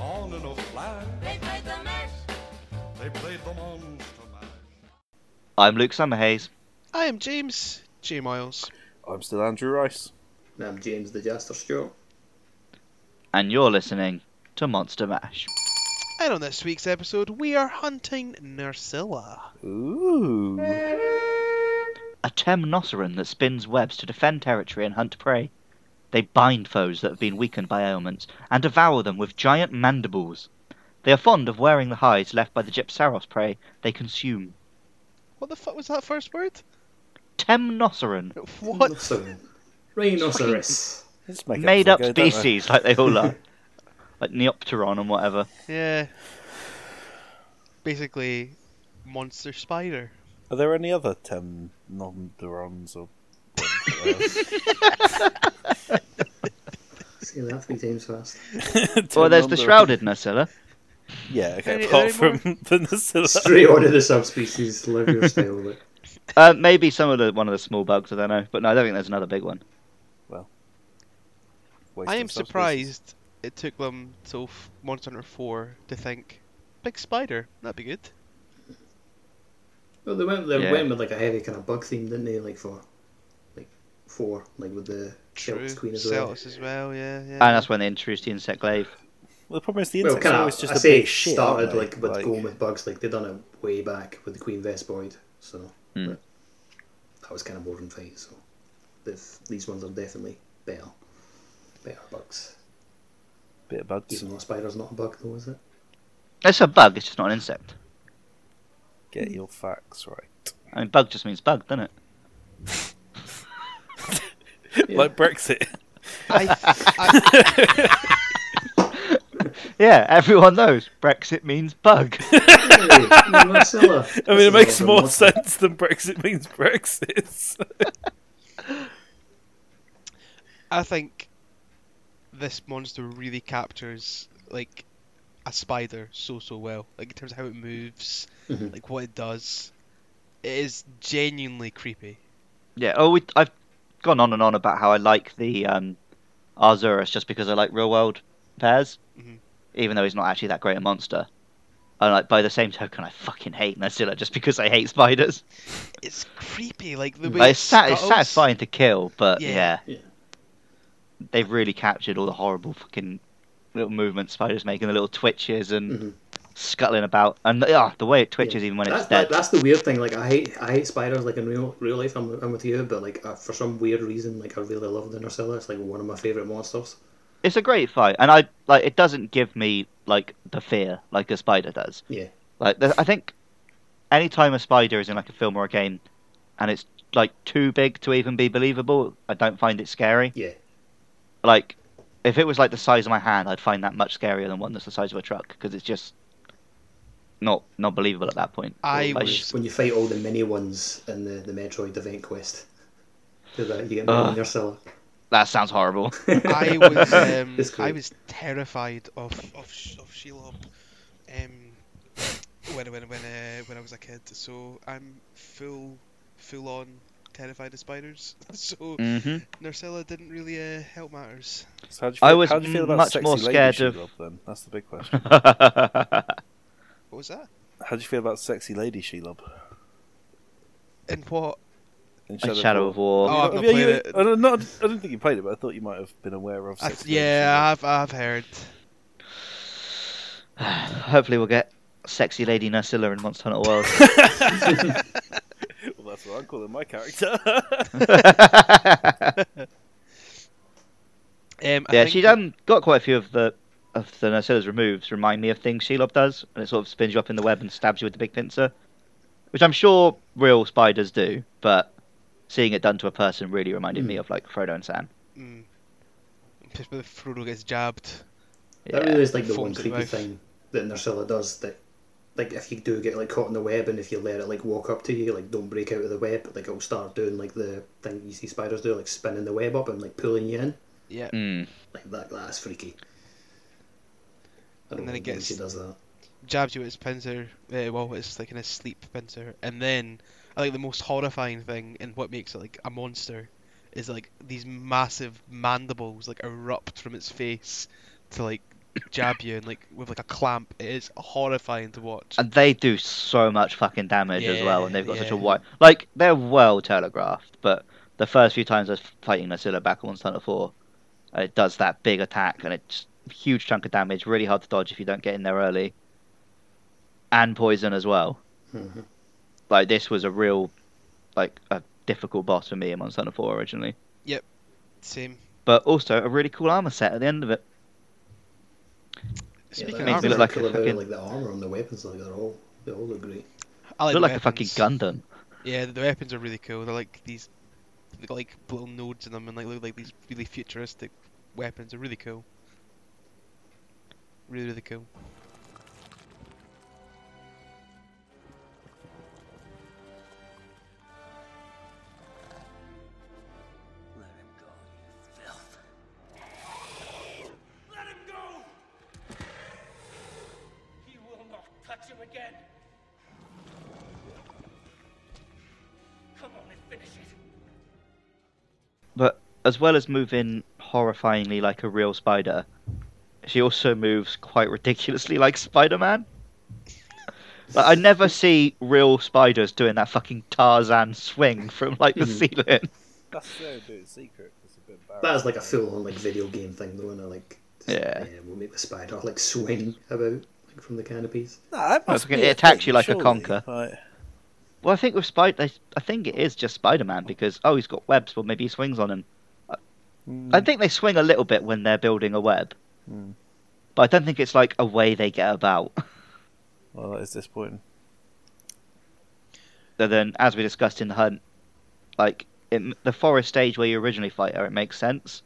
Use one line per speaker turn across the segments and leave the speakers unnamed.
on in a flash.
They played the mash.
They played the monster mash.
I'm Luke Summerhays.
I am James J Miles.
I'm still Andrew Rice.
And I'm James the Jaster Stewart.
and you're listening to Monster Mash.
And on this week's episode, we are hunting Nursilla.
Ooh.
A Temnoceran that spins webs to defend territory and hunt prey. They bind foes that have been weakened by ailments and devour them with giant mandibles. They are fond of wearing the hides left by the Gypsaros prey they consume.
What the fuck was that first word?
Temnoceran,
What?
Rhinoceron. Rhinoceros.
Let's make
made up
up as we go, don't we?
species like they all are, like Neopteron and whatever.
Yeah. Basically, monster spider.
Are there any other Temnodorons or? uh,
Say that three times fast.
Well, there's the
Temnodor-
shrouded Nursilla.
Yeah, okay.
Any-
apart
any more?
from the Nacilla.
Straight onto the subspecies. Live your style. Look.
Uh, maybe some of the one of the small bugs. I don't know, but no, I don't think there's another big one.
I am surprised it took them till f- Monster Hunter 4 to think, big spider, that'd be good.
Well, they went. They
Yeah.
went with like a heavy kind of bug theme, didn't they? Like for, like four, like with the
True.
Celtic Queen as well.
Celts as well, yeah. yeah.
And that's when they introduced the insect glaive.
Well, the problem is the
Well,
insects
kind
are
of.
always just
I
a
say
big
it
shit.
started
aren't they?
like with going with bugs. Like they done it way back with the Queen Vespoid. So
Hmm.
but that was kind of boring fight. So they've- these ones are definitely better, better bugs.
bit of bugs.
Even though a spider's not a bug, though, is it?
It's a bug. It's just not an insect.
Get your facts right.
I mean, bug just means bug, doesn't it?
Like Brexit.
I, I,
Yeah, everyone knows Brexit means bug.
Hey, Marcella.
I mean, it makes more sense than Brexit means Brexit.
I think this monster really captures, like, a spider so, so well. Like, in terms of how it moves,
Mm-hmm.
Mhm.
like, what it does. It is genuinely creepy.
yeah. Oh, we, I've gone on and on about how I like the um, Arzuras just because I like real world pairs,
Mhm.
even though he's not actually that great a monster. And like by the same token, I fucking hate Nasilla just because I hate spiders.
It's creepy, like the way
Like, Mm.
it
it's, sat- it's
scuttles.
satisfying to kill, but
Yeah.
yeah.
Yeah.
they've really captured all the horrible fucking little movements spiders make and the little twitches and
Mhm.
scuttling about, and ah, the way it twitches even when
That's,
it's dead.
that- that's the weird thing. Like, I hate I hate spiders. Like in real real life, I'm, I'm with you, but like uh, for some weird reason, like I really love the Narcilla. It's like one of my favorite monsters.
it's a great fight, and I like it doesn't give me like the fear like a spider does.
Yeah.
Like th- I think any time a spider is in like a film or a game, and it's like too big to even be believable, I don't find it scary.
Yeah.
Like if it was like the size of my hand, I'd find that much scarier than one that's the size of a truck because it's just not not believable at that point.
I
Like,
was-
When you fight all the mini ones in the, the Metroid Event Quest, do that you get
Ugh.
mini Narcilla.
that sounds horrible.
I was um,
It's cool.
I was terrified of of Sh- of Shelob, um, when when when uh, when I was a kid. So I'm full full on terrified of spiders. So
hmm
Narcella didn't really uh, help matters.
So how do you
I
feel,
was
how do you feel about
much
sexy
more
lady
scared
she
of-
robbed, then? That's the big question.
What was that?
How do you feel about sexy lady she lob?
And what?
In
Shadow, Shadow of War.
Oh, I've not
Yeah, you-
played it.
I don't, know- I don't think you played it, but I thought you might have been aware of
I-
sexy lady
yeah, I've I've heard.
Hopefully, we'll get sexy lady Nursilla in Monster Hunter World.
She Lob. Well, that's what I'm calling my character.
Um, I
yeah,
think
she's
that-
um, got quite a few of the of the Nursilla's removes remind me of things Shelob does, and it sort of spins you up in the web and stabs you with the big pincer, which I'm sure real spiders do, but seeing it done to a person really reminded
Hmm.
me of like Frodo and Sam.
mm. Just when Frodo gets jabbed.
Yeah.
That really is like the one
Forms of
creepy
life.
thing that Narcilla does. That like if you do get like caught in the web and if you let it like walk up to you, like don't break out of the web, like it'll start doing like the thing you see spiders do, like spinning the web up and like pulling you in.
Yeah.
Mm.
Like that that's freaky. I don't
And
know
then it
why
gets-
she does that.
jabs you with his pincer, uh, well, it's like in his sleep pincer, and then I think the most horrifying thing and what makes it like a monster is like these massive mandibles like erupt from its face to like jab you and like with like a clamp. It is horrifying to watch.
And they do so much fucking damage as well, and
Yeah,
they've got such
yeah.
a wide. Like, they're well telegraphed, but the first few times I was fighting Nasilla back on Stunner 4, uh, it does that big attack, and it's huge chunk of damage, really hard to dodge if you don't get in there early. And poison as well.
Mhm.
Like, this was a real, like, a difficult boss for me in Monsanto 4 originally.
Same.
But also a really cool armor set at the end of it.
yeah,
Speaking
makes me
of armor,
look like a
cool about
fucking-
like the armor and the weapons, like they're all they all look great.
I like
Look
the
like a fucking
weapons.
Gundam.
Yeah, the weapons are really cool. They're like these, they've got like little nodes in them, and like look like these really futuristic weapons. They're really cool. Really, really cool.
Let him go, you filth. Let him go! He will not touch him again. Come on and finish it.
But as well as moving horrifyingly like a real spider, she also moves quite ridiculously like Spider Man. Like, I never see real spiders doing that fucking Tarzan swing from like the ceiling.
That's so do it secret. It's a bit
That is like a full on like video game thing though, and I like just-
Yeah.
we'll make the spider like swing about like from the canopies.
Nah, that must
fucking-
be
it
a
attacks
thing,
you like a
surely.
conker.
Like,
Well, I think with Spider, I think it is just Spider Man because oh, he's got webs. Well, maybe he swings on him.
mm,
I think they swing a little bit when they're building a web,
Hmm.
but I don't think it's like a way they get about.
well, that is disappointing.
But then, as we discussed in the hunt, like it, the forest stage where you originally fight her, it makes sense.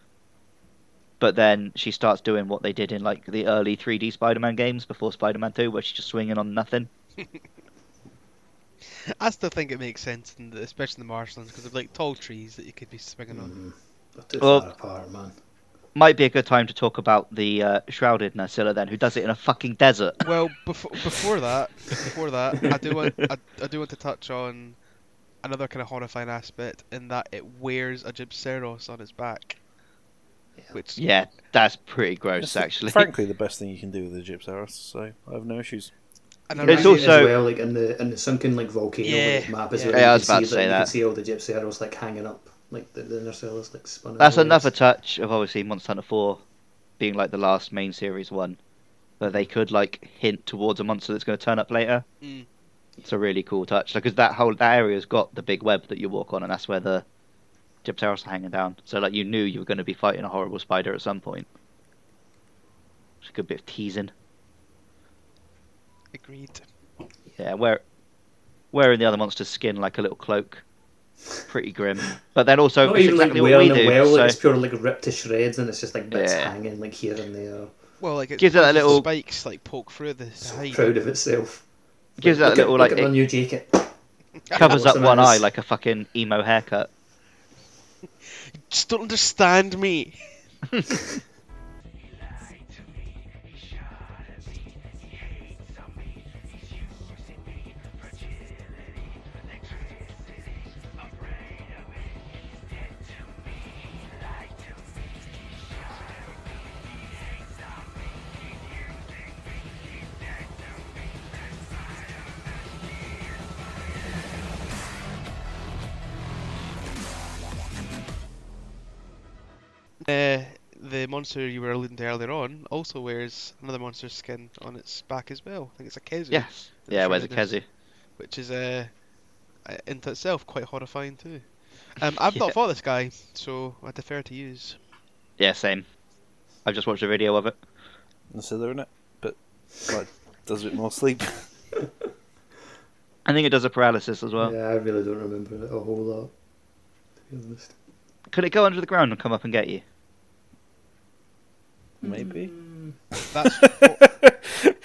But then she starts doing what they did in like the early 3D Spider-Man games before Spider-Man 2, where she's just swinging on nothing.
I still think it makes sense, in the, especially in the marshlands, because they're like tall trees that you could be swinging on.
Mhm. They're too
Well-
far apart, man.
Might be a good time to talk about the uh, shrouded Narcilla then, who does it in a fucking desert.
Well, before before that, before that, I do want I, I do want to touch on another kind of horrifying aspect in that it wears a gypseros on its back,
Yeah.
which
Yeah, that's pretty gross
That's
actually.
frankly the best thing you can do with the gypsaurus. So I have no issues.
and I
And
It's
I
really-
think
also-
as well like in the in the sunken like volcano
Yeah,
like, map as
yeah.
well.
Yeah,
you
I
can
was about
see
to
that-
say
you
that.
can see all the gypsy arrows like hanging up, like the, the inner cell is like spun.
That's
away.
another
It's-
touch of obviously Monster Hunter 4 being like the last main series one, where they could like hint towards a monster that's going to turn up later.
Mm.
It's a really cool touch because that whole that area's got the big web that you walk on, and that's where the Gypteros are hanging down. So like you knew you were going to be fighting a horrible spider at some point. It's a good bit of teasing.
agreed.
Yeah, wear, wearing the other monster's skin like a little cloak, pretty grim. But then also
not
it's
even
exactly what
like
we
wearing
do.
it well,
so-
like, it's pure like ripped to shreds and it's just like bits
Yeah.
hanging like here and there.
Well, like it
Gives it that
those
little-
spikes like poke through the
So
hide.
proud of itself.
Gives that
look
little,
at,
like,
look at
it-
my new jacket.
covers up
What's the
one eye
matter?
like a fucking emo haircut.
Just don't understand me.
lied to me. He shot at me. He hates on me. He's using me. Fragility, electricity, afraid of me. He's dead to me. He lied to me. He shot at me. He hates on me. He's using me. He's dead to me. That's why I'm not here.
Uh, the monster you were alluding to earlier on also wears another monster's skin on its back as well. I think it's a kezu.
Yes. Yeah, where's the
Shrouded.
Kezu?
which is uh, uh, into itself quite horrifying too. Um, I've
Yeah.
not fought this guy, so I defer to yous.
Yeah, same. I've just watched a video of it.
And so they're in it, but like does it more sleep?
I think it does a paralysis as well.
yeah, I really don't remember it a whole lot. To be honest,
Could it go under the ground and come up and get you?
Maybe.
Mm. That's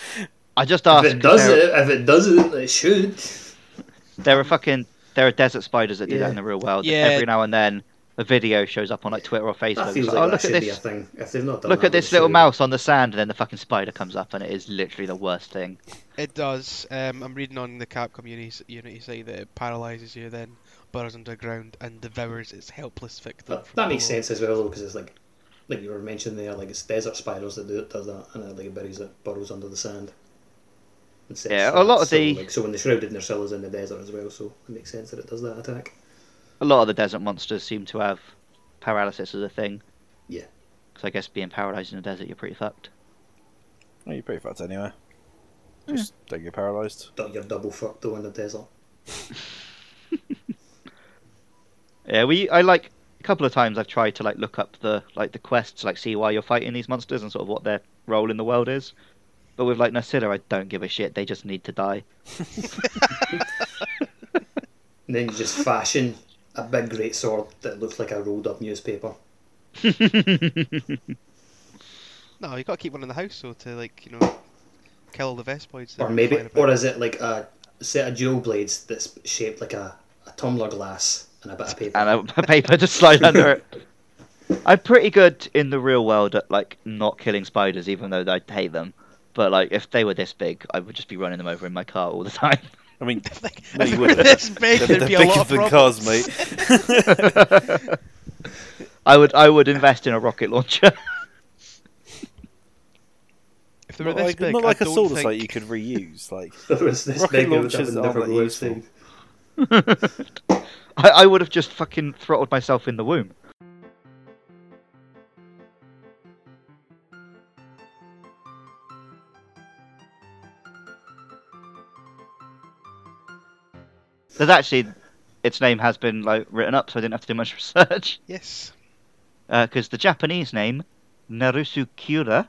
I just asked.
if it
'cause
does
Ah, there,
it, if it doesn't, it should.
there are fucking there are desert spiders that do that
Yeah.
in the real world.
Yeah.
Every now and then, a video shows up on like Twitter or Facebook.
That
It's
feels
like,
like
oh,
that
look at
should be a
this!
thing. If they've not done
Look
that,
at this
they
little
should.
mouse on the sand, and then the fucking spider comes up, and it is literally the worst thing.
it does. Um, I'm reading on the Capcom uni- Unity site that it paralyzes you, then burrows underground and devours its helpless victim.
That,
from
that makes
below.
sense as well, because it's like like you were mentioning there, like it's desert spiders that do, does that, and it like buries it, burrows under the sand. and sets
Yeah, a
that.
lot of
So,
the-
like, so when they're shrouded in their cellars in the desert as well, so it makes sense that it does that attack.
A lot of the desert monsters seem to have paralysis as a thing.
Yeah.
Because I guess being paralysed in the desert, you're pretty fucked.
Well, you're pretty fucked anyway. Just don't get paralysed.
But You're double fucked though in the desert.
Yeah, we. I like a couple of times I've tried to like look up the like the quests, like see why you're fighting these monsters and sort of what their role in the world is. But with like Nasilla, I don't give a shit. They just need to die.
And then you just fashion a big great sword that looks like a rolled up newspaper.
No, you gotta keep one in the house though to like you know kill all the Vespoids. that
Or
are
maybe,
flying about.
or is it like a set of dual blades that's shaped like a, a tumbler glass and a bit of paper?
and a, a paper to slide under it. I'm pretty good in the real world at like not killing spiders, even though I hate them. But like, if they were this big, I would just be running them over in my car all the time.
I mean,
Like,
No,
if
you
it
wouldn't.
were this big,
they're,
there'd
they're
be a lot
bigger
of
than
problems.
cars, mate.
I would, I would invest in a rocket launcher.
If they were
not
this
like,
big,
not
I
like a
don't
solar
think...
site you could reuse. Like,
If it was this
Rocket
big, it would have
launchers
been
aren't
never
that
worth
useful.
saying.
I, I would have just fucking throttled myself in the womb. There's actually, its name has been like written up, so I didn't have to do much research.
Yes.
Because Uh, the Japanese name Narusukira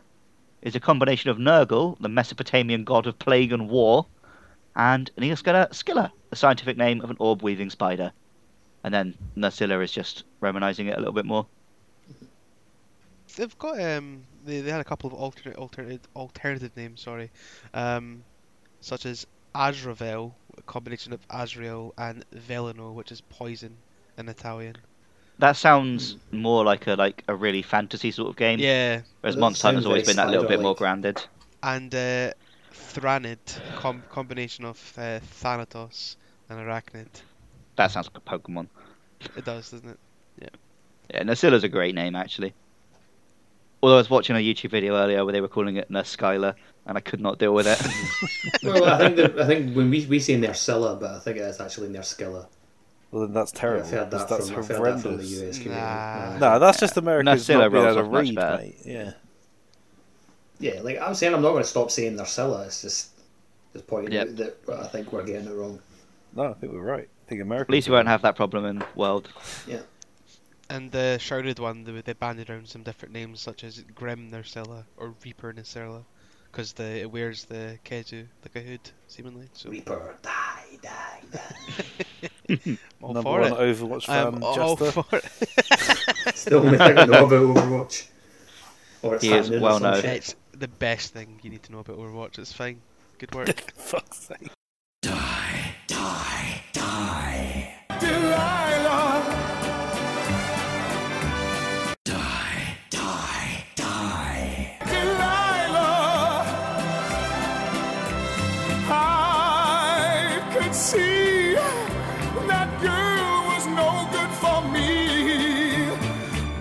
is a combination of Nurgle, the Mesopotamian god of plague and war, and Neoskilla, Skilla, the scientific name of an orb-weaving spider. And then Narcilla is just romanizing it a little bit more.
They've got um they, they had a couple of alternate alternative alternative names, sorry. Um such as Azravel, a combination of Azrael and Veleno, which is poison in Italian.
That sounds more like a like a really fantasy sort of game,
Yeah.
whereas
That
Monster Hunter's
sounds
always
very
been that little bit more
spider-like.
grounded.
And uh Thranid, a com- combination of uh, Thanatos and Arachnid.
That sounds like a Pokemon.
It does, doesn't it?
Yeah, Narcilla's a great name actually. Although I was watching a YouTube video earlier where they were calling it Narskyla, and I could not deal with it.
well, I think that, I think when we, we say Nersilla, but I think it is actually Nerskilla.
well, then that's terrible.
I've heard that,
Oh, that's
from, I've heard that
horrendous.
from the US community.
Nah.
Uh,
No, that's just Americans
Nacilla
not being
rolls
able to
off much
read,
better.
mate. Yeah.
Yeah, like I'm saying, I'm not going to stop saying Nersilla. It's just it's pointing
Yep.
out that I think we're getting it wrong.
No, I think we're right. I think
At
Americans.
least we won't have that problem in world.
And the shrouded one, they, they banded around some different names such as Grim Narcella or Reaper Narcella, because the it wears the kezu like a hood, seemingly. So
Reaper, die, die, die.
I'm all
number
for
one
it.
Overwatch fan,
I'm all
Jester.
for it.
It's the only thing I know about Overwatch. Or it's
He is
happening or
well
some
known.
shit.
It's the best thing you need to know about Overwatch. It's fine. Good work.
Fuck's sake.
I could see that girl was no good for me.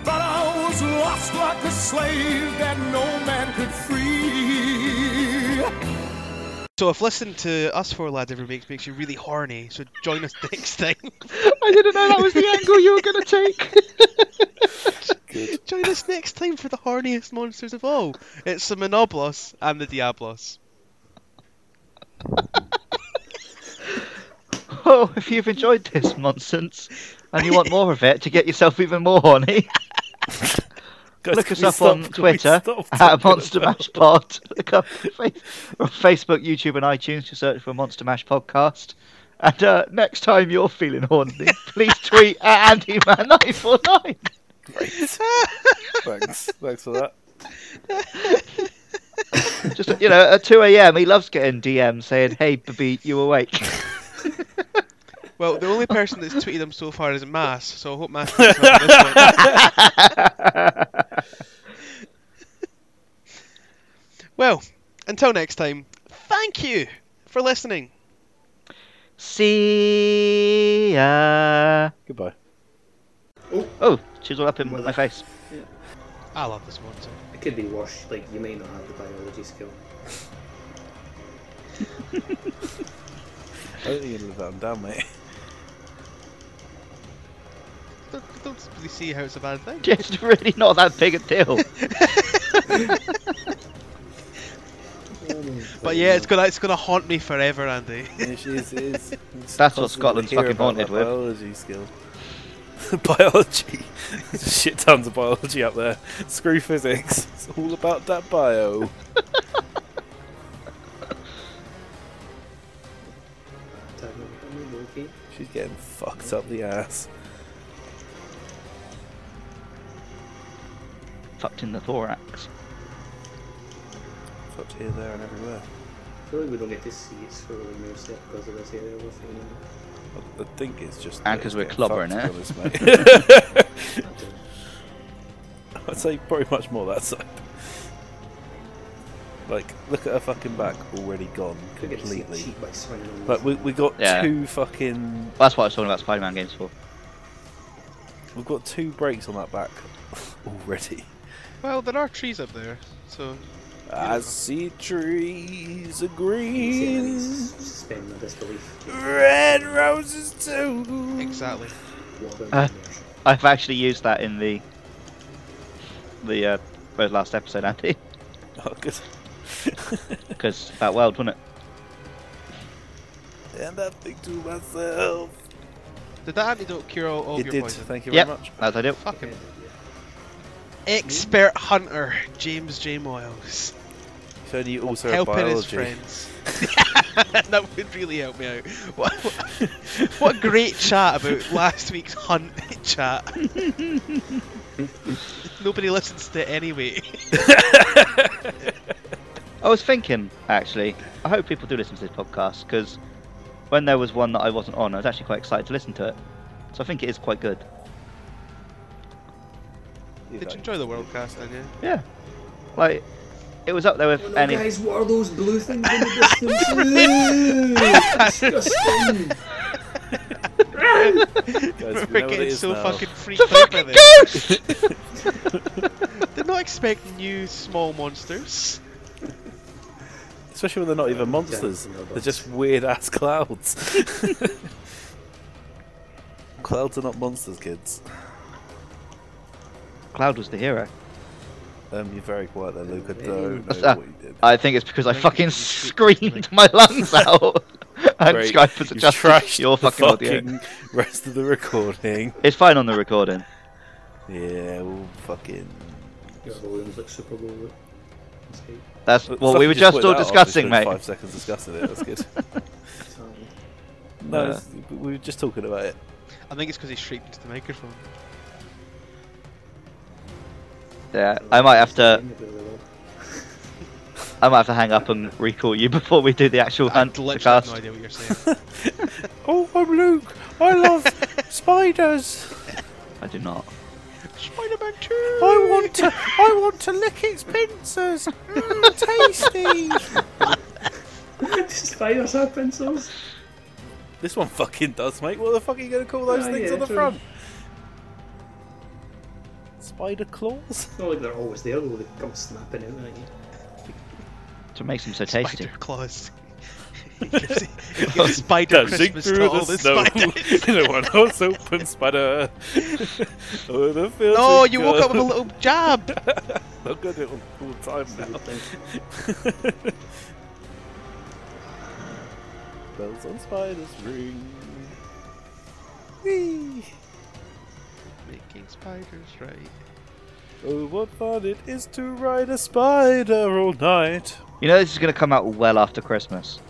But I was lost like a slave that no man could free.
so if listening to us four lads ever makes makes you really horny, so join us next time.
I didn't know that was the angle you were going to take.
join us next time for the horniest monsters of all. It's the Monoblos and the Diablos.
Oh, if you've enjoyed this nonsense and you want more of it to get yourself even more horny,
Guys,
look
can
us
we
up
stop-
on
can we
Twitter
stop
at
talking
Monster
about-
Mash Pod. Look up on Fa- on Facebook, YouTube, and iTunes to search for Monster Mash Podcast. And uh, next time you're feeling horny, please tweet at AndyMan949.
Thanks. Thanks for that.
Just, you know, at 2 a.m., he loves getting DMs saying, hey, baby, you awake?
Well, the only person that's tweeted them so far is Mass, so I hope Mass. picks up on this one. Well, until next time, thank you for listening.
See ya.
Goodbye.
Oh, chisel up in
Well,
my face.
I I love this monster.
It could be worse. Like you may not have the biology skill.
I don't think you'd live that one down, mate.
Don't, don't really see how it's a bad thing.
It's really not that big a deal.
But yeah, it's gonna it's gonna haunt me forever, Andy.
It is, it is.
That's what Scotland's fucking haunted with.
Biology skill. biology. There's shit tons of biology up there. Screw physics. It's all about that bio. She's getting fucked up the ass.
Fucked in the thorax.
Fucked here, there, and everywhere.
I feel like we don't get to see its full immersive because of this area we're feeling.
I, I think it's just.
And
that
'cause
it's
we're clobbering
getting fucked, to be honest, mate. I'd say probably much more that side. Like, look at her fucking back already gone
Could get to see it
completely.
cheat by swinging on
Like,
this.
we, we got
Yeah.
two fucking.
That's what I was talking about Spider-Man games for.
We've got two breaks on that back already.
Well, there are trees up there, so
I see trees are
You see how
green,
he's Suspend the disbelief.
red roses too.
Mm. exactly.
What about
Uh,
immersion?
I've actually used that in the the uh, very last episode, Andy,
Oh, good.
because that world, wasn't it?
and I think to myself.
Did that antidote cure all, all of
It
your
did.
poison?
Thank you
Yep.
very much.
As I do.
Fucking
Yeah.
expert hunter, James J Moyles,
If only you also had
helping his
biology.
friends. that would really help me out. What, what, what great chat about last week's hunt chat. Nobody listens to it anyway.
I was thinking, actually, I hope people do listen to this podcast because when there was one that I wasn't on, I was actually quite excited to listen to it. So I think it is quite good.
Did you enjoy the world cast, didn't you?
Yeah, like it was up there with
Oh, no,
any.
guys, what are those blue things in the distance? Ew, disgusting.
Guys, we know
We're
what it
getting
is
so
now.
fucking freaked
The
out by
fucking
this.
ghost!
Did not expect new small monsters.
Especially when they're not even monsters.
Yeah, no
They're just weird ass clouds. clouds are not monsters, kids.
Cloud was the hero.
Um, you're very quiet there, Luke. I
Hey.
don't
What's
know
that?
what you did.
I think it's because I
Thank
fucking
you.
screamed my lungs out. and
Great.
Skype has
You've
adjusted
trashed
your
the
fucking audio.
fucking rest of the recording.
It's fine on the recording.
Yeah, we'll fucking.
Your volume's like Super Bowl. It's great.
That's what we
Fucking
were just
put
all
that off. It's
discussing,
been
mate.
Five seconds discussing it. That's good.
Sorry.
no,
Uh,
it's- we were just talking about it.
I think it's because he shrieked into the microphone.
Yeah, I might have to.
Name it really well.
I might have to hang up and recall you before we do the actual
I
hunt
literally
the
have no
cast.
idea what you're saying.
Oh, I'm Luke. I love spiders.
I do not.
Spider-Man 2!
I want to. I want to lick its pincers. Mm, tasty.
just spiders have pencils.
This one fucking does, mate. What the fuck are you going to call those
Oh,
things
yeah,
on the
true.
front? Spider claws?
It's not like they're always there, though. They come snapping out at you.
That's what makes them so tasty.
Spider claws. He gives, he gives spider Christmas to all the, spiders.
in one horse open spider. oh, the
No, you woke up with a little jab.
Look at it all, all the time
It's a
now.
good thing.
Bells on spiders ring. Whee!
Making spiders right.
Oh, what fun it is to ride a spider all night.
You know this is going to come out well after Christmas.